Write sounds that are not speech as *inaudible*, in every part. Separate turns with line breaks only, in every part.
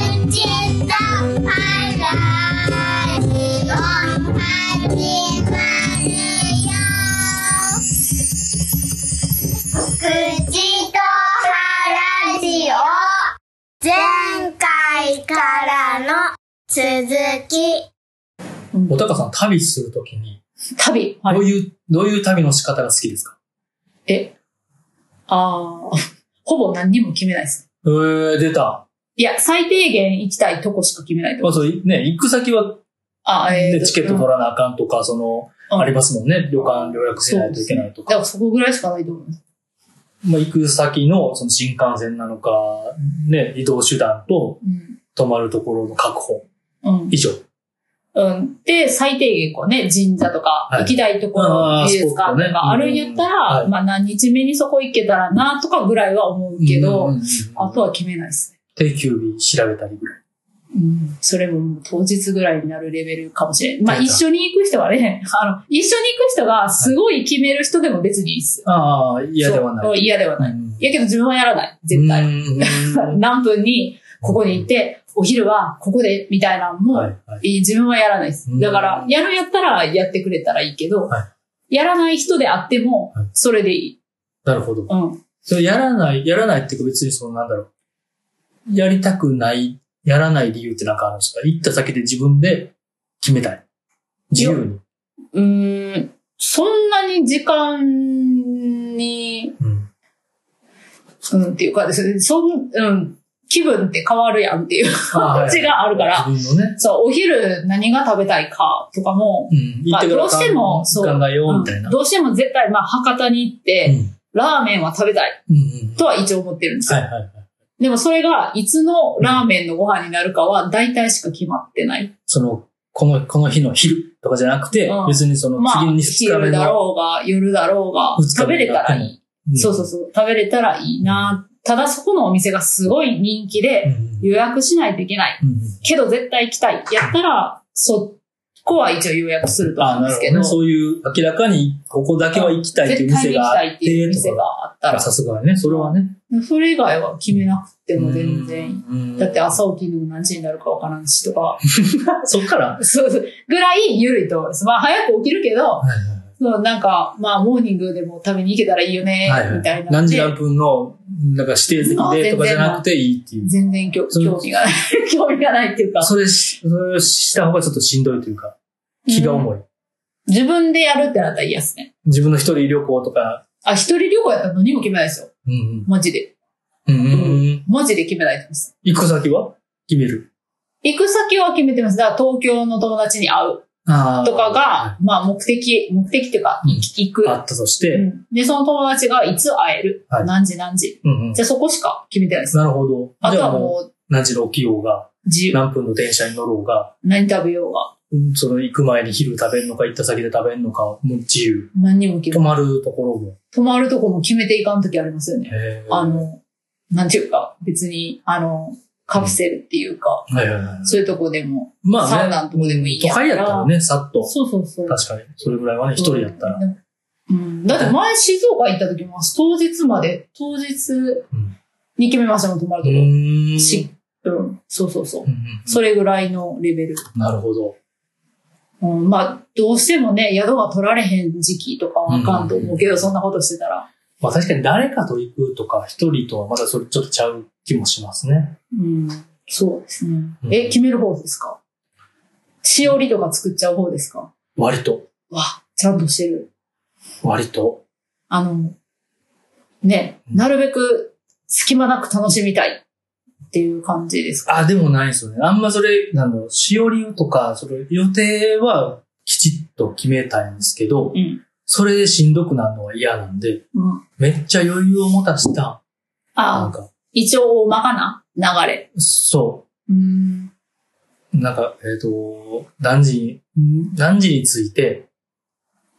口と笑いを始まるよ口と腹ジオ前回からの続き
おたかさん、旅するときに、
旅。
どう
い。
いう、どういう旅の仕方が好きですか
え、ああ、 *laughs* ほぼ何にも決めないです。
えー、出た。
いや、最低限行きたいとこしか決めないと
まあ、
思う。
そう、いね、行く先は、
あ、えー
ね、
と
チケット取らなあかんとか、その、
うん
ありますもんね。旅館予約しないといけないと
だか
か。
らそこぐらいしかないと思います。
まあ、行く先の、その新幹線なのか、ね、移動手段と、
うん。
泊まるところの確保。
うん
以上。
うん。で、最低限こうね、神社とか、
はい
行きたいところ
あー
いいですか
ス
と
ポットね
か、あるんやったら、
うん
まあ何日目にそこ行けたらなとかぐらいは思うけど、
うんうんうん
あとは決めないですね。
定休日調べたりぐらい。
うん。それももう当日ぐらいになるレベルかもしれない。まあ
出
一
た
緒に行く人はね、あの、一緒に行く人がすごい決める人でも別にいいっすよ。
ああ、嫌では
そ
な
う
い。
嫌ではない。
うん
いやけど自分はやらない。絶対。
うん
何分に *laughs* ここに行って、お昼はここで、みたいなのも、
はいはい。
いい自分はやらないです
う。ん
だから、やるんやったらやってくれたらいいけど、
は
やらない人であっても
はい、
それでいい。
なるほど。
うん。
それやらない、やらないっていうか別にそのなんだろう。やりたくない、やらない理由ってなんかあるんですか行った先で自分で決めたい。自由に。
うーん、そんなに時間に、
うん。
うん、っていうかですね、そん、うん、気分って変わるやんっていう
あ
感じがあるから、
自分のね。
そう、お昼何が食べたいかとかも、
うん。
まあ
から
どうしてもそう
考えようみたいな。
どうしても絶対、まあ、博多に行って、
うん。
ラーメンは食べたい
うんうん。
とは一応思ってるんですよ。
はいはいはい。
でもそれがいつのラーメンのご飯になるかは大体しか決まってない。
その、この、この日の昼とかじゃなくて、
うん
別にその
まあ
次、に2日目
昼だ
の、
ろうが夜だろうが
二日目が
食べれたらいい。
ん
そうそうそう。食べれたらいいな。ただそこのお店がすごい人気
う
で
んうん。
予約しないといけない。
うんうん
けど絶対行きたい。やったら、そこは一応予約すると思
あ
うん
な
で
る
す
ほ
け
ど
ど。
ね。そういう、明らかに、ここだけは行きたいという
絶対
店
に行
が
き
あ
た
っ
いっていう
て、
店
と
が
か。
あったら
あ、さすがにね、それはね。
それ以外は決めなくても全然。
然
だって朝起きるの何時になるかわからんしとか、
そっから。
そうそう、ぐらい緩いと思います。まあ早く起きるけど、そう、なんか、まあモーニングでも食べに行けたらいいよね、
はいはい
みたいな。
何時何分の、なんか指定席でとかじゃなくていいっていう。
全然興
そう
興味がない。 *laughs* 興味がないっていうか。
それし、それをした方がちょっとしんどいというか、気が重い。
自分でやるってなったら嫌ですね。
自分の一人旅行とか、
あ、一人旅行やったら何も決めないですよ。
うん
マジで。
うん。うんうんうん。
マジで決めないです。
行く先は決める。
行く先は決めてます。だから東京の友達に会う
あー
とかが、まあ目的、目的っていうか、
うん
行く
あ。ったとし
う
て、
んで、その友達がいつ会える、
はい
何時何時。
うんうん
じゃあそこしか決めてないです。
なるほど。
あと
じゃ
はもう
何時の起きようが、
自由。
何分の電車に乗ろうが、
何食べようが。
うんその行く前に昼食べるのか、行った先で食べるのか、もう自由。
何にも決め
泊まるところも。
泊まるとこも決めていかんときありますよね。
へー
あ、の、なんていうか、別に、あの、カプセルっていうか、
はいはいはい。
そういうとこでも、
まあね、
サウナのとこでもいい
都
やん
会やったらね、さっと。
そうそうそう。
確かに。それぐらいはね、一人やったら。
うん。だって前静岡行った時も、当日まで、当日に決めましたもん、泊まるとこ。
ーん
し、うん、そうそうそう
う。んうん
それぐらいのレベル。
なるほど。
うん、まあ、どうしてもね、宿が取られへん時期とかはあかんと思うけど、
うん
そんなことしてたら。
まあ確かに誰かと行くとか、一人とはまだそれちょっとちゃう気もしますね。
うん、そうですね。
うん
え、決める方ですかしおりとか作っちゃう方ですか
割と。
わ、ちゃんとしてる。
割と。
あの、ね、
うん
なるべく隙間なく楽しみたいっていう感じですか
あ、でもないですよね。あんまそれ、なんだろう、しおりとか、それ予定はきちっと決めたいんですけど、
うん。
それでしんどくなるのは嫌なんで、
うん、
めっちゃ余裕を持たした。なん
あ、
か、
一応大まかな流れ。
そう。
うん。
なんか、えっ、と、何時に、何時について、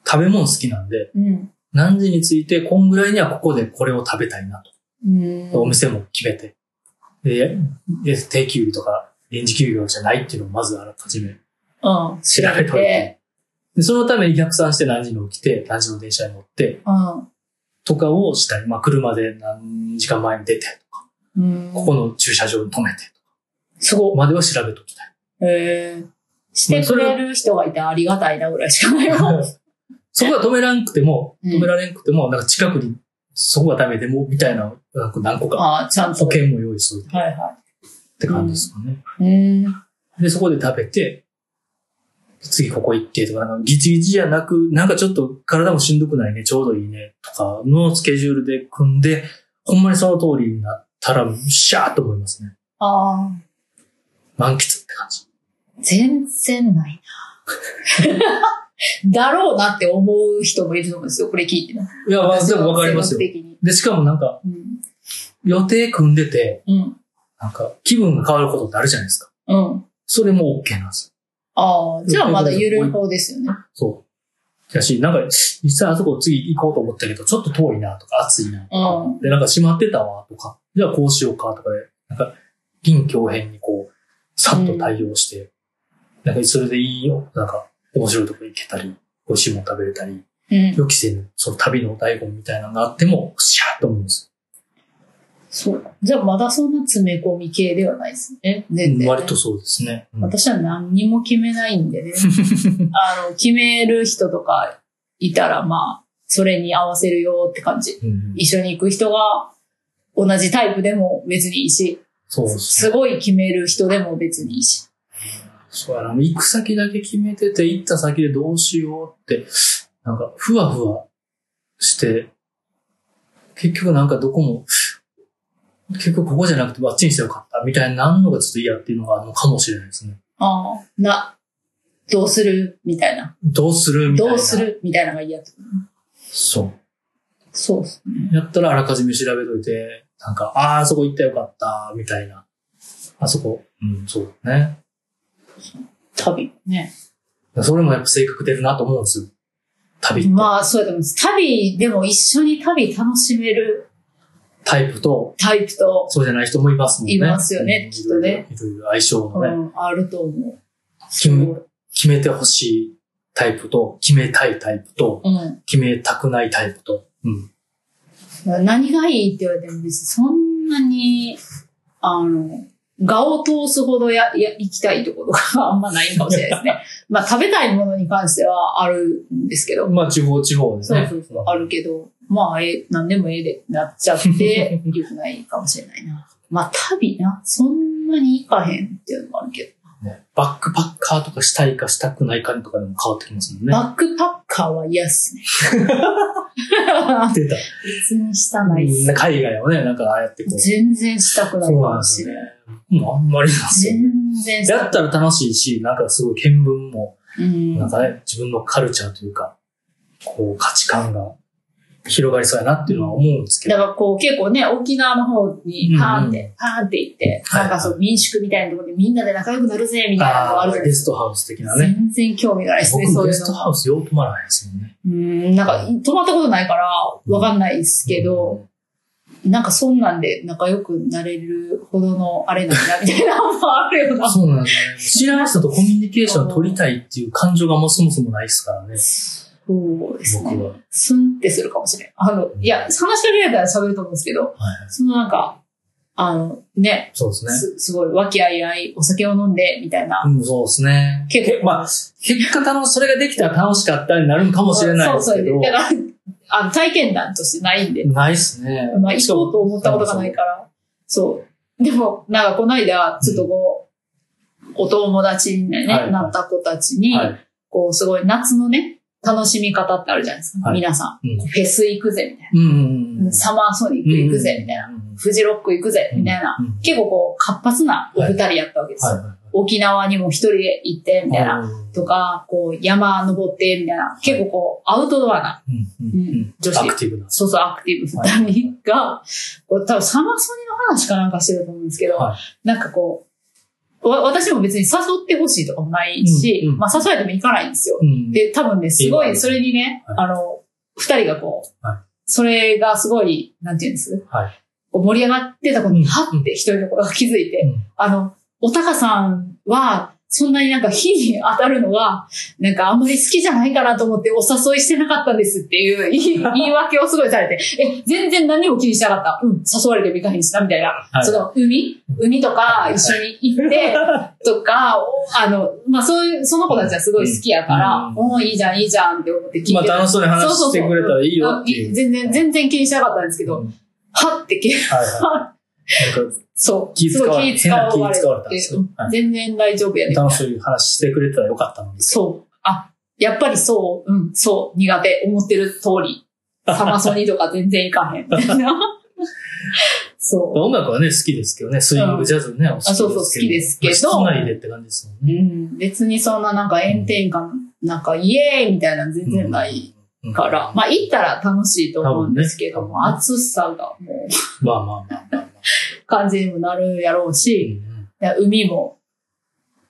食べ物好きなんで、
うん。
何時について、こんぐらいにはここでこれを食べたいな
うん
と。お店も決めて。で、で定休日とか臨時休業じゃないっていうのをまずあらかじ
う
め
ん。
調べといて。。で、そのために逆算して何時に起きて、何時の電車に乗って、
う
とかをしたい。まあ、車で何時間前に出て、
ん。うん。
ここの駐車場に止めて、
すご
までは調べときたい。
い。へえ。してくれる人がいてありがたいなぐらいしかないわ。
*laughs* そこは止めらんくても、
うん
止められんくても、なんか近くに、そこがダメでも、みたいな、なんか何個か、
ああ、ちゃんと。
保険も用意する
はいは
って感じですかね。
い。うん。
で、そこで食べて、次ここ行ってとか、なんかギチギチじゃなく、なんかちょっと体もしんどくないね、ちょうどいいね、とかのスケジュールで組んで、ほんまにその通りになったら、シャーっと思いますね。
ああ、
満喫って感じ。
全然ない *laughs* な。だろうなって思う人もいると思うんですよ。これ聞いてな。
いや、まあ、
私
で
は
もわかりますよ
性。格的に
で、しかもなんか、
うん。
予定組んでて、
うん。
なんか、気分が変わることってあるじゃないですか。
うん。
それも OK なんですよ
ああ、じゃあまだ緩い方ですよね。
そう。だし、なんか、実際あそこ次行こうと思ったけど、ちょっと遠いなとか、暑いなとか、
うん
で、なんか閉まってたわとか、じゃあこうしようかとかで、なんか、臨境編にこう、さっと対応して、なんかそれでいいよ、なんか、面白いとこ行けたり、美味しいもの食べれたり、
うん。
予期せぬ、その旅の醍醐味みたいなのがあっても、シャーっと思うんです
そう。じゃあまだそんな詰め込み系ではないですね。全然ね、
よ。割とそうですね。うん
私は何にも決めないん
*laughs*
でね。あの、決める人とかいたら、まあ、それに合わせるよって感じ。
うん
一緒に行く人が同じタイプでも別にいいし、
そうです
す
ね。
ごい決める人でも別にいいし。
そうやな。行く先だけ決めてて、行った先でどうしようって、なんか、ふわふわして、結局なんかどこも、結局ここじゃなくてあっちにしてよかったみたいになるのがちょっと嫌っていうのがあるのかもしれないですね。
ああ、な、どうするみたいな。
どうするみたいな。
どうするみたいなのが嫌ってこと。
そ
そうっすね。
う。やったらあらかじめ調べといて、なんか、ああ、そこ行ったらよかった、みたいな。あそこ、うん、そうだね。
旅。ね。
それもやっぱ性格出るなと思うんですよ。旅って。
まあ、そうやと思います。旅、でも一緒に旅楽しめる
タイプと、
タイプと、
そうじゃない人もいますもんね。
いますよね
うん
きっとね。
いろいろいろいろ相性
う
のね、
ん、あると思う。
決め決めてほしいタイプと、決めたいタイプと、
うん。
決めたくないタイプと。うん。
何がいいって言われても別にそんなに、あの、画を通すほどや、や、行きたいところがあんまないかもしれないですね。
*laughs*
まあ、食べたいものに関してはあるんですけど、
まあ、地方地方です
そう
ね。
そうそう、あるけど、まあ、え、何でもええで、なっちゃって、
*laughs*
良くないかもしれないな。まあ、旅な、そんなに行かへんっていうのもあるけ
ねバックパッカーとかしたいかしたくないかとかでも変わってきますも
ど、
んね。
バックパッカーは嫌っす
*laughs*
ね。
出た。
別にしたないっすね。
海外をね、なんかああやってこう。
全然したくないか
そうなん
も
で
し
す
れ
ね
ない。。
もうあんまりなんですよね。
全然した
やったら楽しいし、なんかすごい見聞も、
うん
なんかね、自分のカルチャーというか、こう価値観が広がりそうやなっていうのは思うんですけど
だ。からこう結構ね、沖縄の方にパーンって、パーンって行って、
はい
なんかそう民宿みたいなところでみんなで仲良くなるぜ、みたいなのがあるじゃない
ゲ
で
ス
す
トハウス的な
か。
ね。
全然興味がないですね、
僕
そ
も
う
ゲ
いう
スト
の。
ハウスよう泊まらないですもんね。
うん、なんか泊まったことないから、わかんないですけど、なんかそんなんで仲良くなれるほどのあれなんだ、みたいなのもあるよ
*laughs* うん。
な。
そうなんですね。知らない人とコミュニケーション取りたいっていう感情がもうそもそもないですからね。
そうです
僕
ね。
は。
スンってするかもしれん。あの、いや、話しかけられたら喋ると思うんですけど、
はい。
そのなんか、あの、ね、
そうですね。
すすごい、和気あいあい、お酒を飲んで、みたいな。
うん、そうですね。
結構
けまあ、結果楽し、それができたら楽しかったになるのかもしれないですけ
そ
ど
うそう。だから、あの、体験談としてないんで。
ないっすね。
まあ、行こうと思ったことがない
か
から。そう。でも、なんか、この間、ちょっとこう、お友達にね、
はいはい
なった子たちに、
はい。
こう、すごい夏のね、楽しみ方ってあるじゃないですか。
はい
皆さん、
うん
フェス行くぜ、みたい
うんうんう
な。
ん。
サマーソニック行くぜ、みたいな。
うんうんうん。
フジロック行くぜ、みたいな。
うんうん
結構こう、活発なお二人やったわけですよ。
はいはいはい。
沖縄にも一人で行って、みたいな。
うん
とか、こう、山登って、みたいな。結構こう、アウトドアな、
うんうんうん。
女子
アクティブな。
そうそう、アクティブ
はい
二人が、こう、多分サマソニの話かなんかしてると思うんですけど、
は
なんかこう、わ私も別に誘ってほしいとかもないし、
うんうん
まあ誘われても行かないんですよ。
うん。
で、多分ね、すごい、それにね、
はい
あの、二人がこう、
はい
それがすごい、なんていうんです
はい
こう盛り上がってた子に、
うん
はって一人の子が気づいて、
うん
あの、おたかさんは、そんなになんか火に当たるのが、なんかあんまり好きじゃないかなと思ってお誘いしてなかったんですっていう言い *laughs* 言い訳をすごいされて、え、全然何も気にしなかった。うん、誘われても行かへんしな、みたいな。
はい
その、海海とか一緒に行
*laughs*
って、とか、あの、まあ、そういう、その子たちはすごい好きやから、
うん
おーいいじゃん、いいじゃんって思って聞いて
まあ
た
楽しそうに話してくれたらいいよっていう。
全然、全然気にしなかったんですけど、
うん
はって気、
はいはい。なんか
そう。
気使われ
すごい気使われ
変な気使われたん
て
ですよはい
全然大丈夫やね。
楽しい話してくれたらよかったのに。
そう。あ、やっぱりそう、うん、そう、苦手、思ってる通
*laughs*
り。サマソニとか全然いかへん。そう。
音楽はね、好きですけどね、スイング、ジャズね、お好きですけど。
そうそう好きですけど
まあ室内でって感じですもん
う
ね。
ん、別にそんななんか炎天下、なんかイエーイみたいなの全然ない
うん
から、まあ行ったら楽しいと思うんですけど
多
も、
分ね
暑さがもう
まあまあまあまあまあ。
感じにもなるやろう
う
し、い
ん
や海も、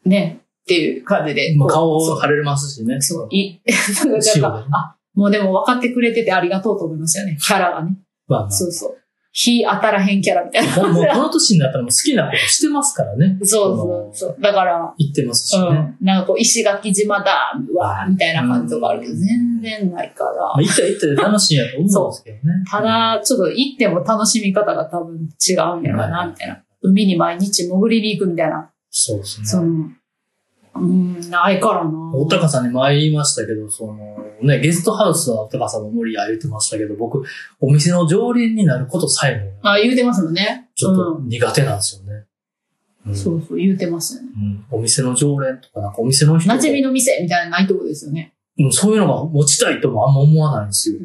ね、っていう感じ
う
で。
んまあ
こう
顔
そ
を
う
腫れますしね。
そう、い、 *laughs* なんか
塩でね
あ、もうでも分かってくれててありがとうと思いましたよね。キャラがね。
まあまあ。
そうそう。日当たらへんキャラみたいな。
もうもうこの年になったらもう好きなことしてますからね。
そうそうそう。だから、
言ってますしね。
う
ま
ん。なんかこう、石垣島だ、うわーみたいな感じとかあるけど、
うん
全然ないから
あ、。行ったら行ったで楽しいんやと思うんですけどね。
ただ、ちょっと行っても楽しみ方が多分違うんやろな、みたいな。海に毎日潜りに行くみたいな。
そうです
そ
ね。
の、うん、ないからな。
おたかさんに前言いましたけど、その、ね、ゲストハウスはおたかさんの森や言ってましたけど、僕、お店の常連になることさえも、
あ、言うてますもんね。
ちょっ
う
と
ん
苦手なんですよね。うん
そうそう、言うてますよね。
うんお店の常連とか、なんかお店の人が
馴染みの店みたいなのないとこですよね。
うん、そういうのが持ちたいともあんま思わないんですよ。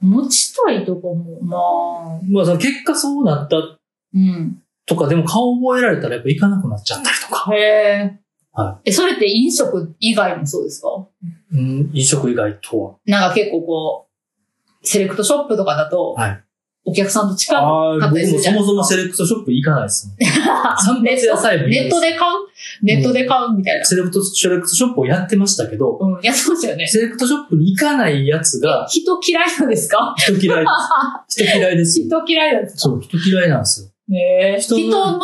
持ちたいとかも、まあ、
まあ、その結果そうなった
うん。
とか、でも顔覚えられたらやっぱ行かなくなっちゃったりとか。
へえ。
は
え、それって飲食以外もそうですか
うん、飲食以外とは。
なんか結構こう、セレクトショップとかだと、
はい
お客さんと近く
ああ、
買った
僕
りす
も
るじ
そ
ゃん
もそもセレクトショップ行かない *laughs* ですね。散髪屋さえも
ネット
で。
で買うネットで買うみたいな。
セレクト、セレクトショップをやってましたけど、
うん、いや、そうですよね。
セレクトショップに行かないやつが
人嫌いなんですか
人嫌い *laughs* です。人嫌いですよ。
人嫌いなんですか
そう、人嫌いなんですよ。
ねえ
人
人の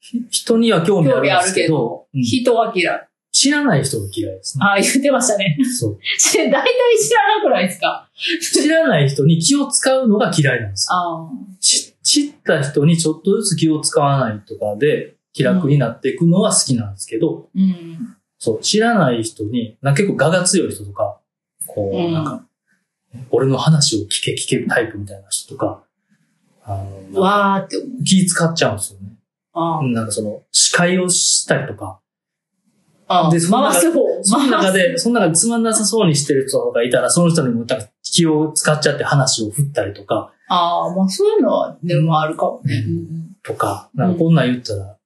ひ人には興味あ
興
るん
味あ
で
る
す
け
け
ど
ど、、うん
人は嫌い。
知らない人が嫌いですね。
ああ、言ってましたね。 *laughs*
そう。
大体知らなくないですか
知らない人に気を使うのが嫌いなんですよ。
ああ。
知知った人にちょっとずつ気を使わないとかで、気楽になっていくのは好きなんですけど、
うん。
そう、知らない人に、なんか結構我が強い人とか、こう、
うん
なんか、俺の話を聞け聞けるタイプみたいな人とか、あの、
わーって思う。
気使っちゃうんですよね。
ああ
なんかその、司会をしたりとか、
ああ回
でその中
す方。
その中
回す
で、その中でつまんなさそうにしてる人とかいたら、その人にもなんか気を使っちゃって話を振ったりとか、
ああ、まあそういうのは、でもあるかもね。
うんとか、なんかこんなん言ったら、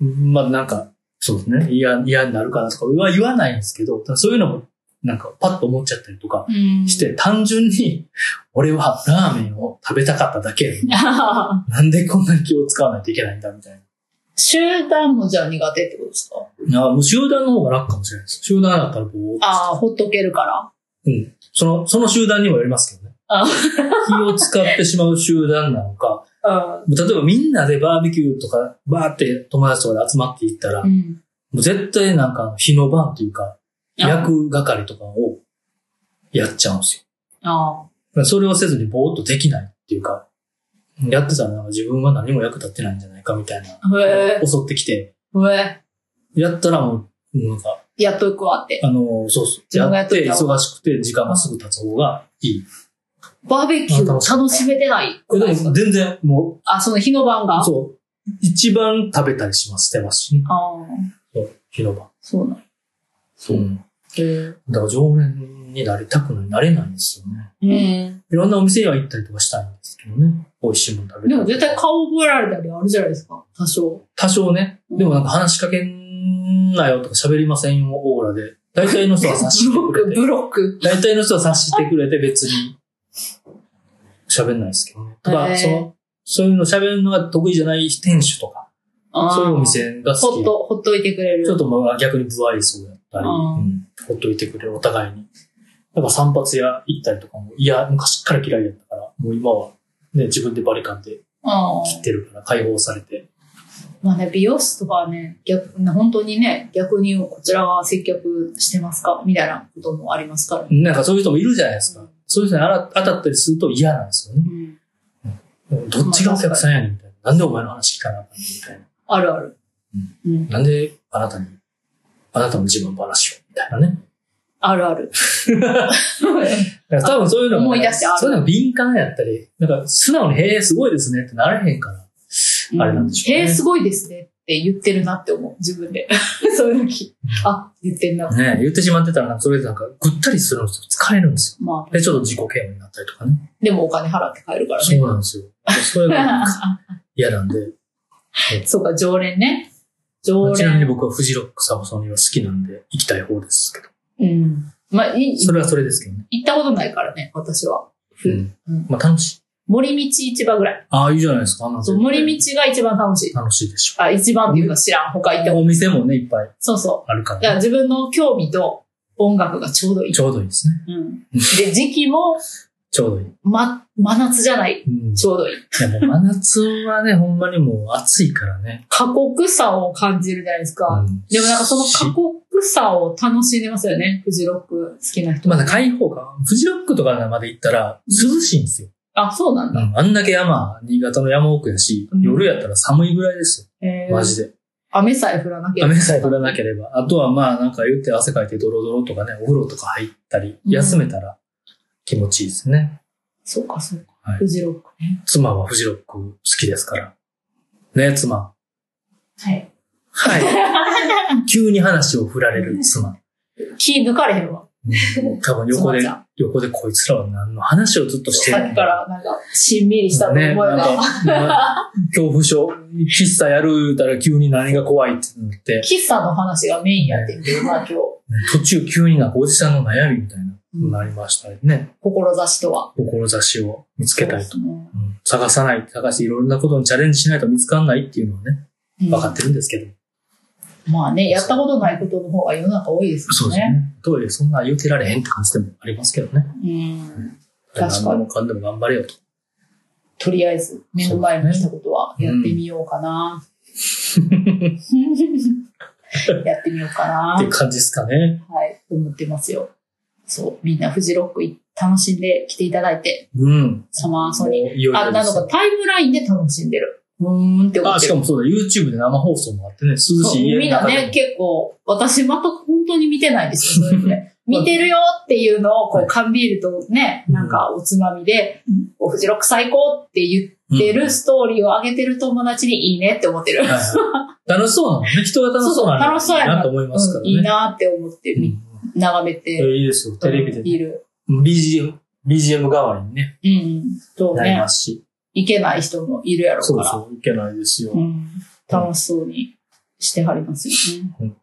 まあなんか、そうですね、嫌、嫌になるかなとかは言わないんですけど、ただそういうのも、なんかパッと思っちゃったりとか
うん。
して、。単純に、俺はラーメンを食べたかっただけや
*laughs*
のになんでこんなに気を使わないといけないんだみたい
*laughs* 集団もじゃあ苦手ってことですか
な。あもう集団の方が楽かもしれないです。集団だったらこう、
ああ、ほっとけるから。
その、その集団にもよりますけどね
あ。
気を使ってしまう集団なのか、
う
例えばみんなでバーベキューとか、バーって友達とかで集まっていったら、
ん。
もう絶対なんか、日の晩というか、
あ
役係とかをやっちゃうんですよ
あ。
だからそれをせずにぼーっとできないっていうか、やってたらなんか自分は何も役立ってないんじゃないかみたいな、
あ。へえ。
襲ってきて、
へえ。
やったらもう、なんか、
やっとくわって。
あの、そうそう、
自分がや
や
っ
っ
とい
て
た
忙しくて時間がすぐ経つ方がいい。
バーベキューを楽しめてないく
で
ないですか
も全然も
あ、その日の晩が
う、
あ
そう、一番食べたりします、してますしね、
あ。
日の晩。
そうなん。
そうん。だから常連になりたくない、なれないんですよね。
うん。
いろんなお店には行ったりとかしたいんですけどね。美味しいもの食べ
で
たり
も絶対顔覚えられたりあるじゃないですか。多少。
多少ね。でもなんか話しかけんなよとか喋りませんよ、オーラで。大
*laughs*
体の人は察して
ブロッ
く
ク、
れて。
ブロック。
大体の人は察してくれて別に喋んないですけどね。と
へー
か、その、そういうの喋るのが得意じゃない店主とか、
ああ
そういうお。店が好
ほっ
き。
と、ほっといてくれる。
ちょっとまあ逆に不愛想だったり、
あー
うんほっといてくれる、お互いに。だから散髪屋行ったりとかも、いや、昔から嫌いだったから、もう今はね、自分でバリカンで
ああ。
切ってるから解放されて、
まあね、美容室とかはね、逆、本当にね、逆にこちらは接客してますかみたいなこともありますから。
なんかそういう人もいるじゃないですか。そういう人にあら当たったりすると嫌なんですよね。
うん
どっちがお客さんやねんみたいな。なんでお前の話聞かなあかんねんみたいな。
あるある。うん。
なんであなたに、あなたの自分の話を、みたいなね。
あるあ
*laughs*
る。
だから多分そういうのも、
思い出してある
そういうのが敏感やったり、なんか素直に、へえ、すごいですねってなれへんから。あれなんでしょうね
へえ、すごいですねって言ってるなって思う、自分で。 *laughs* そういう時。あ、言ってんな。
ね言ってしまってたら、なんかそれでなんかぐったりするんですよ。疲れるんです
ま
よ。
あ、
で、ちょっと自己嫌悪になったりとかね。
でもお金払って帰るから
そう
ね。
なんですよ。それがなんか嫌な
*laughs*
んで。
そうか、常連ね。
ま
常
あちなみに
連。
僕はフジロックサボソニーは好きなんで、行きたい方ですけど。
うん。まあ、い
それはそれですけどね。
行ったことないからね、私は。
う
ふ
ん
うん。
まあ楽しい。
森道市場ぐらい。
ああ、いいじゃないですか。あんな
そう森道が一番楽しい。
楽しいでしょ。
あ、一番っていうか知らん。他行っても。
お店もね、いっぱい
そうそ
あるか
う。だから
ら、
自分の興味と音楽がちょうどいい。
ちょうどいいですね。
うん。で、時期も、
ちょうどいい。
ま、真夏じゃない。
うん。
ちょうどいい。
いやもう真夏はね、ほんまにもう暑いからね。
過酷さを感じるじゃないですか。
うん
でもなんかその過酷さを楽しんでますよね。フジロック好きな人。
まだ開放感。フジロックとかまで行ったら涼しいんですよ。
あ、そうなんだ。
あんだけ山、新潟の山奥やし
う、ん
夜やったら寒いぐらいです
え
よ。マジで。
雨さえ降らなければ。
雨さえ降らなければ。あとはまあなんか言って汗かいてドロドロとかね、お風呂とか入ったり、
うん
休めたら気持ちいいですね。
そうか、そうか。
はい
フジロックね。
妻はフジロック好きですから。ね、妻。
はい。
はい。急に話を振られる妻。
気抜かれへんわ。
うん多分横で
妻ちゃん、
横でこいつらは何の話をずっとして
さ
る
っきからなんか、しんみりしたと思え
ね、なん
ば。
か、まあ恐怖症、喫茶やる言うたら急に何が怖いってなって、
喫茶の話がメインやってんけど、まあ今日、
途中急になんかおじさんの悩みみたいな、なりましたね。
志とは。
志を見つけたいと。
そうですね
うん探さない、探していろんなことにチャレンジしないと見つかんないっていうのはね、
うん
分かってるんですけど。
まあね、やったことないことの方が世の中多いです
そう
よ
です
ね。
ね。トイレそんな言うてられへんって感じでもありますけどね。
うん。確かに
何でもかんでも頑張れよと。
とりあえず、目の前に来たことはやってみようかな。 *laughs* やってみようかな
っていう。感じですかね。
はい、思ってますよ。そう、みんなフジロックい楽しんで来ていただいて、
うん。
サマーソニー。
もういよいよ
あ、
で
な
す
のかタイムラインで楽しんでる。うーんって思
あ、
って
し
る
か。もそうだ、YouTube で生放送もあってね、涼し
そう
い家
みん
の
な
中でも
ね、結構、私また本当に見てないです
*laughs*
よ、そういうのね見てるよっていうのを、こ
は
う、
い
缶ビールとね、なんかおつまみで、おフジロック最高って言って
うん
るストーリーを上げてる友達にいいねって思ってる。
はいはい楽しそうなのね。人が楽しそうな
*laughs*
の
そうそう楽しそうやな
なと思いますか
うん
らね。
いいなって思って
うん
み、眺め
え
て、
いいですよ。テレビで、ね。
いる。
BGM、BGM 代わりにね、
うん。そう
なり
ね
ま。すし。
行けない人もいるやろう
そ
か
う
ら。
そう、いけないですよ。
うん。楽しそうにしてはりますよね。
うん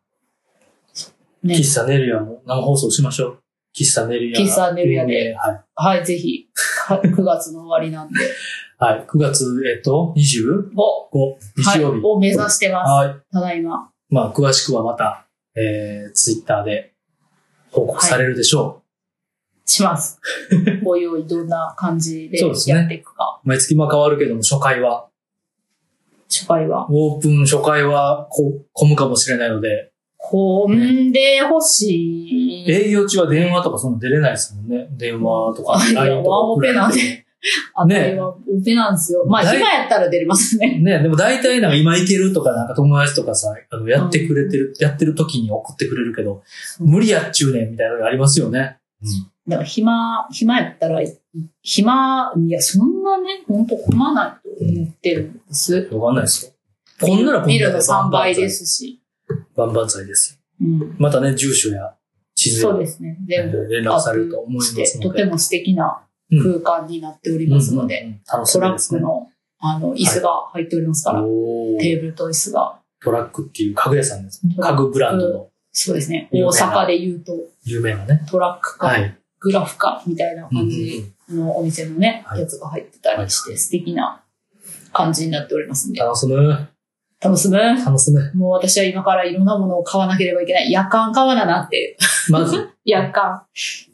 そうね
喫茶ネルヤも生放送しましょう。喫茶ネルヤ。
喫茶ネルヤで
えーはい。
はい、ぜひ、か9月の終わりなんで。
*laughs* はい。9月、えっと、25
を、は
日
い、
曜日。
を目指してます。
はい。
ただいま。
まあ、詳しくはまた、えー、ツイッターで報告されるでしょ
し
*laughs*
ます。ご用意どんな感じで
そうですね
やっていくか。
う。毎月まあ変わるけども、初回は、
初回は。
オープン初回は、こ、混むかもしれないので、
混んでほしい。
営業中は電話とかそんな出れないですもんね。電話とか、
いや
LINE とか送られても。
ワンオペなんであたりはオペなんですよ。まあ、
だい
今やったら出れます
*laughs*
ね。
ね、でも大体なんか今行けるとかなんか友達とかさ、あのやってくれてる、やってる時に送ってくれるけど、無理やっちゅうねんみたいなのがありますよね。
だから暇、暇やったら、暇、いや、そんなね、ほんと混まないと思ってるんです。
わかんないですよ。こんならこんな
ビル
ら
の3倍で。すし。
バンバン剤ですよ。
うん。
またね、住所や地図
そう
や
ですね。全部
連
ア
絡されると
ッ
思い
プ
ま
して、
す
と
の
て
で。
も素敵な空間になっておりますので、
うんうんうん楽し
ト
み
ラ
で
ッ
す
ク
ね。
の、あの、椅子が入っておりますから、
おー
テーブルと椅子が。
トラックっていう家具屋さんですね。家具ブランドの
そうですね。
有
大
名な
阪で言うと、
有名なね。
トラックか、
はい。
グラフか、みたいな
うんう
感
ん
じのお店のね、
はい
やつが入ってたりして、素敵な感じになっておりますんで。
楽しむ。
楽しむ
楽しむ。
もう私は今からいろんなものを買わなければいけない。夜間買わななって。*laughs*
まず、
夜間。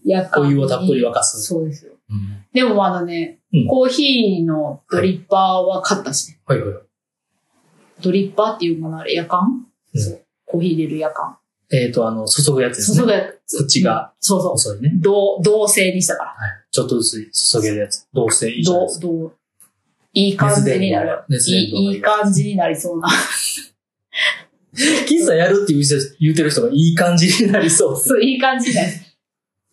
夜間。
お湯をたっぷり沸かす。
そうですよ。
うん
でもあのね、
うん
コーヒーのドリッパーは買ったしね。
はいはい。
ドリッパーっていうものあれ、夜間、
うん
そうコーヒー入れる夜間。
えっ、と、あの、注ぐやつですね。
注ぐやつ。
口が
そうそう。
細いね。
同、同性にしたから。
はい。ちょっとずつ注げるやつ。どうせいいじゃない
同
です、か。
同、いい感じになる。
熱
い
伝導
い、いい感じになりそうな。
*laughs* 喫茶やるっていう人言うてる人がいい感じにな
*laughs*
りそう。
そう、いい感じになる。
いいじゃない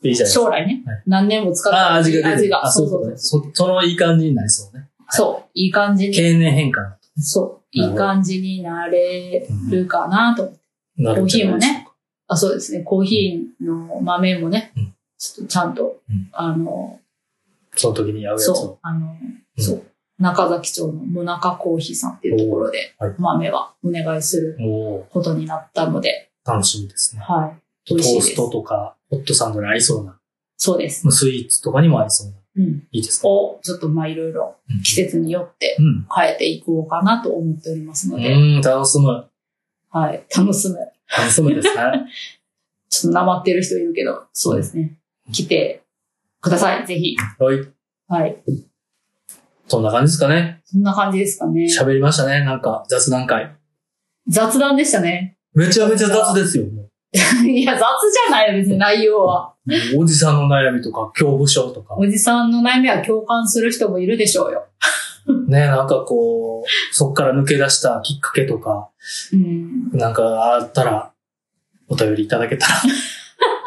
ですか。
将来ね
はい。
何年も使って
ああ、味が出てる。
味が。
あ、
そ
そうう
そ
そう
そう
うね。そそのいい感じになりそうね。
そう、いい感じに。
経年変化。
そう、いい感じになれるかなと。
な
コ
る
ー
んじ
ヒ
ゃ
ー
な
も
いでしょう
ね。あ、そうですね。コーヒーの豆もね
うん、
ちょっとちゃんと
うん、
あの、
その時に合うやつ
そう
を。、
あの、
うん
そう。中崎町のもなかコーヒーさんっていうところで
おーはい、
豆はお願いする
おー
ことになったので、
楽しみですね。
はい。
ト
美味しい
ー
です
ストとか、ホットサンドに合いそうな、
そうです。
まあスイーツとかにも合いそうな。
うん。
いいですか
を、ちょっとまあいろいろ季節によって
うん。
変えていこうかなと思っておりますの
う
で、
ん、楽しむ。
はい。楽しむ。
楽しむです
*laughs*
ね。
ちょっとなまってる人いるけど、そうですね。来てください。ぜひ。
はい。
はい。
そんな感じですかね。
そんな感じですかね。
喋りましたね。なんか雑談会。
雑談でしたね。
めちゃめちゃ雑ですよ。も
*laughs* いや、雑じゃないよ、別に内容は。
うおじさんの悩みとか、恐怖症とか。
おじさんの悩みは共感する人もいるでしょうよ。
ね、なんかこう、そっから抜け出したきっかけとか、
うん。
なんかあったら、お便りいただけたら、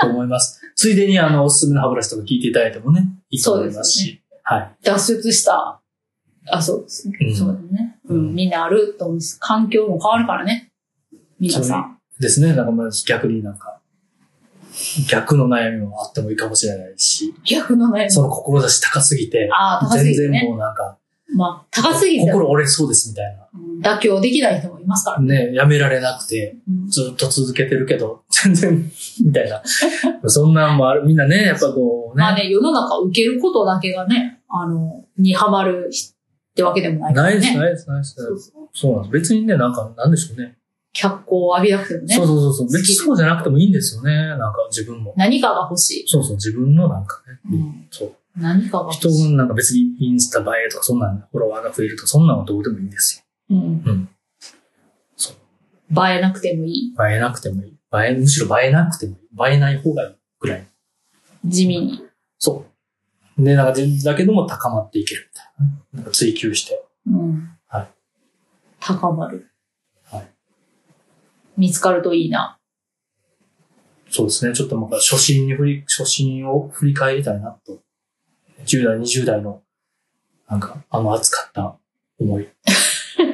*laughs* と思います。ついでに、あの、おすすめの歯ブラシとか聞いていただいてもね、いいと思います
そう
し。はい。
脱出した。あ、そうですね。
うん
そうだね。う。
うんん
みんなあると思うし、環境も変わるからね。皆さん。
ですね。なんかまあ逆になんか、逆の悩みもあってもいいかもしれないし、
逆の悩み。
その志高すぎて、
ああ、高すぎて
全然
ね。
もうなんか、
まあ、高すぎて、
心折れそうですみたいな。
うん妥協できない人もいますから。
ね、やめられなくて、
うん
ずっと続けてるけど、 *laughs* 全然、みたいな。そんなんもある。みんなね、やっぱこうね。
まあね、世の中を受けることだけがね、あの、にハマる人ってわけでもないか
な
ら
いです、
ね。
ないです、ないで
そう
す。
そう
そうなんです。別にね、なんか、なんでしょうね。
脚光を浴びなくてもね
そう。そうそうそう。別に
好き
そうじゃなくてもいいんですよね。なんか、自分も。
何かが欲しい。
そうそう、自分のなんかね。
うん
そう。
何かが
人
欲しい。
のなんか別にインスタ映えとか、そんなん、フォロワーが増えるとか、そんなんはどうでもいいんです
うん
うんそ
映えなくてもいい。
よ。映えなくてもいい。映え、むしろ映えなくてもいい。映えない方がいいぐらい。
地味に。
そう。で、なんか、全だけども高まっていけるみたいなね。なんか追求して。
うん。
はい
高まる。
はい
見つかるといいな。 *laughs*
そうですね。ちょっとまた初心に振り、初心を振り返りたいなと。10代、20代の、なんか、あの熱かった思い。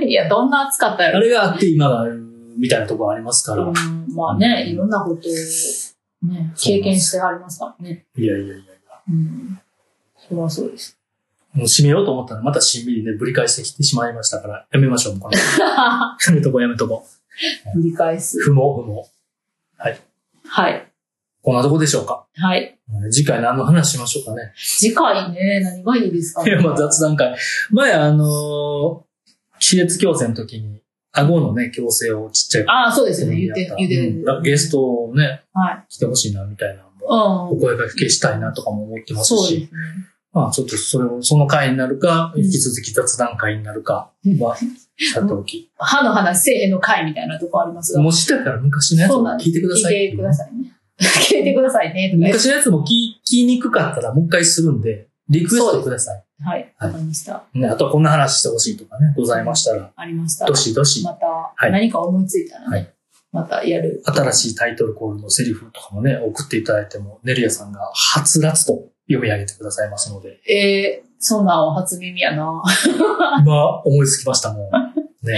いや、どんな暑かったや
あ
ろ。
れがあって今があるみたいなところありますから。
うんまあね、いろんなことを、ね、経験してありますからね。
いやいやいやいや。
うん。それはそうです。
もう締めようと思ったらまたしんみりね、ぶり返してきてしまいましたから、やめましょう、もうこ
*laughs*
の。やめとこうやめとこ
繰り返す
う。。不毛不毛。
はい。
こんなとこでしょうか。
はい。
うん次回何の話しましょうかね。 *laughs*
次回ね、何がいいですか、
い
ね、
や、まあ雑談会。前あのー、気裂矯正の時に、顎のね、矯正をちっちゃい
ああ、そうですよね。言って、言ってる、
うんゲストをね、
はい。
来てほしいな、みたいなのも
う
お
ん。
声掛けしたいなとかも思ってます
そうで
し、
すね。
まあちょっとそれを、その回になるか、
うん
引き続き雑談会になるか
うん
は、さておき。
歯の話せえへんの会みたいなとこありますが。
もうしたから昔のやつ
そう
も
なんです
聞いてください。
聞いてくださいね。 *laughs* 聞いてくださいね。とか言って
昔のやつも聞き聞きにくかったらもう一回するんで、リクエストください。
はい。わかりました。
ね、あとはこんな話してほしいとかね、ございましたら、
ありました。
どしどし
ま、た、
い
何か思いついたらね、
はい
またやる。
新しいタイトルコールのセリフとかもね、送っていただいても、ネリアさんがはつらつと読み上げてくださいます
*laughs*
ので、
えー、そんなんは初耳やな。
今思いつきましたもん。ね。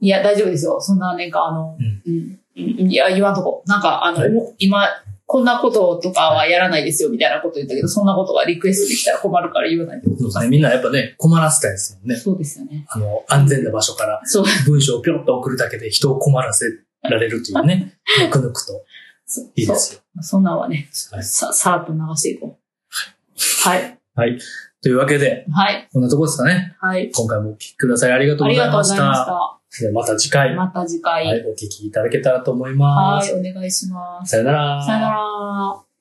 いや、大丈夫ですよ。そんな、なんか、あの、
うん
うん。いや、言わんとこ。なんか、あの、
はい
お今、こんなこととかはやらないですよ、みたいなこと言ったけど、そんなことがリクエストできたら困るから言わないで
そうですね。みんなやっぱね、困らせたいですもんね。
そうですよね。
あの、安全な場所から
そう。
文章をぴょっと送るだけで人を困らせられるというね、ぬくぬくと
そう
いいですよ。
そうそんなんはね、
はい
さ、さらっと流していこう。はい。
はい。というわけで、
はい。
こんなとこですかね。
はい。
今回もお聞きくださいありが
あ
とうご
り
ざ
がと
い
う
ま
ご
し。
ざいましたた。
ではまた次回、
また次回。
はい、お聞きいただけたらと思いま
はい、
す。
お願いします。
さよなら。
さよなら。